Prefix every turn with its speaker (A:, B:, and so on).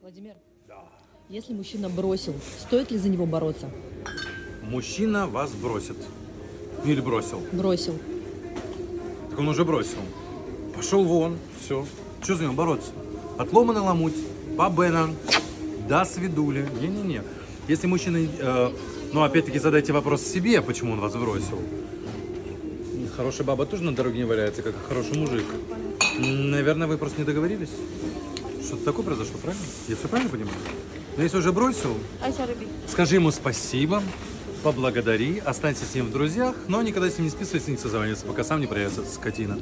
A: Владимир, если мужчина бросил, стоит ли за него бороться?
B: Мужчина вас бросит. Ну или бросил.
A: Бросил.
B: Так он уже бросил. Пошел вон, все. Че за него бороться? Отломано ломуть, побена, да свидули. Не-не-не. Если мужчина, э, ну опять-таки задайте вопрос себе, почему он вас бросил. Хорошая баба тоже на дороге не валяется, как хороший мужик. Наверное, вы просто не договорились. Что-то такое произошло, правильно? Я все правильно понимаю? Но если уже бросил, Скажи ему спасибо, поблагодари, останься с ним в друзьях, но никогда с ним не списывайся, не созванивайся, пока сам не проявится скотина.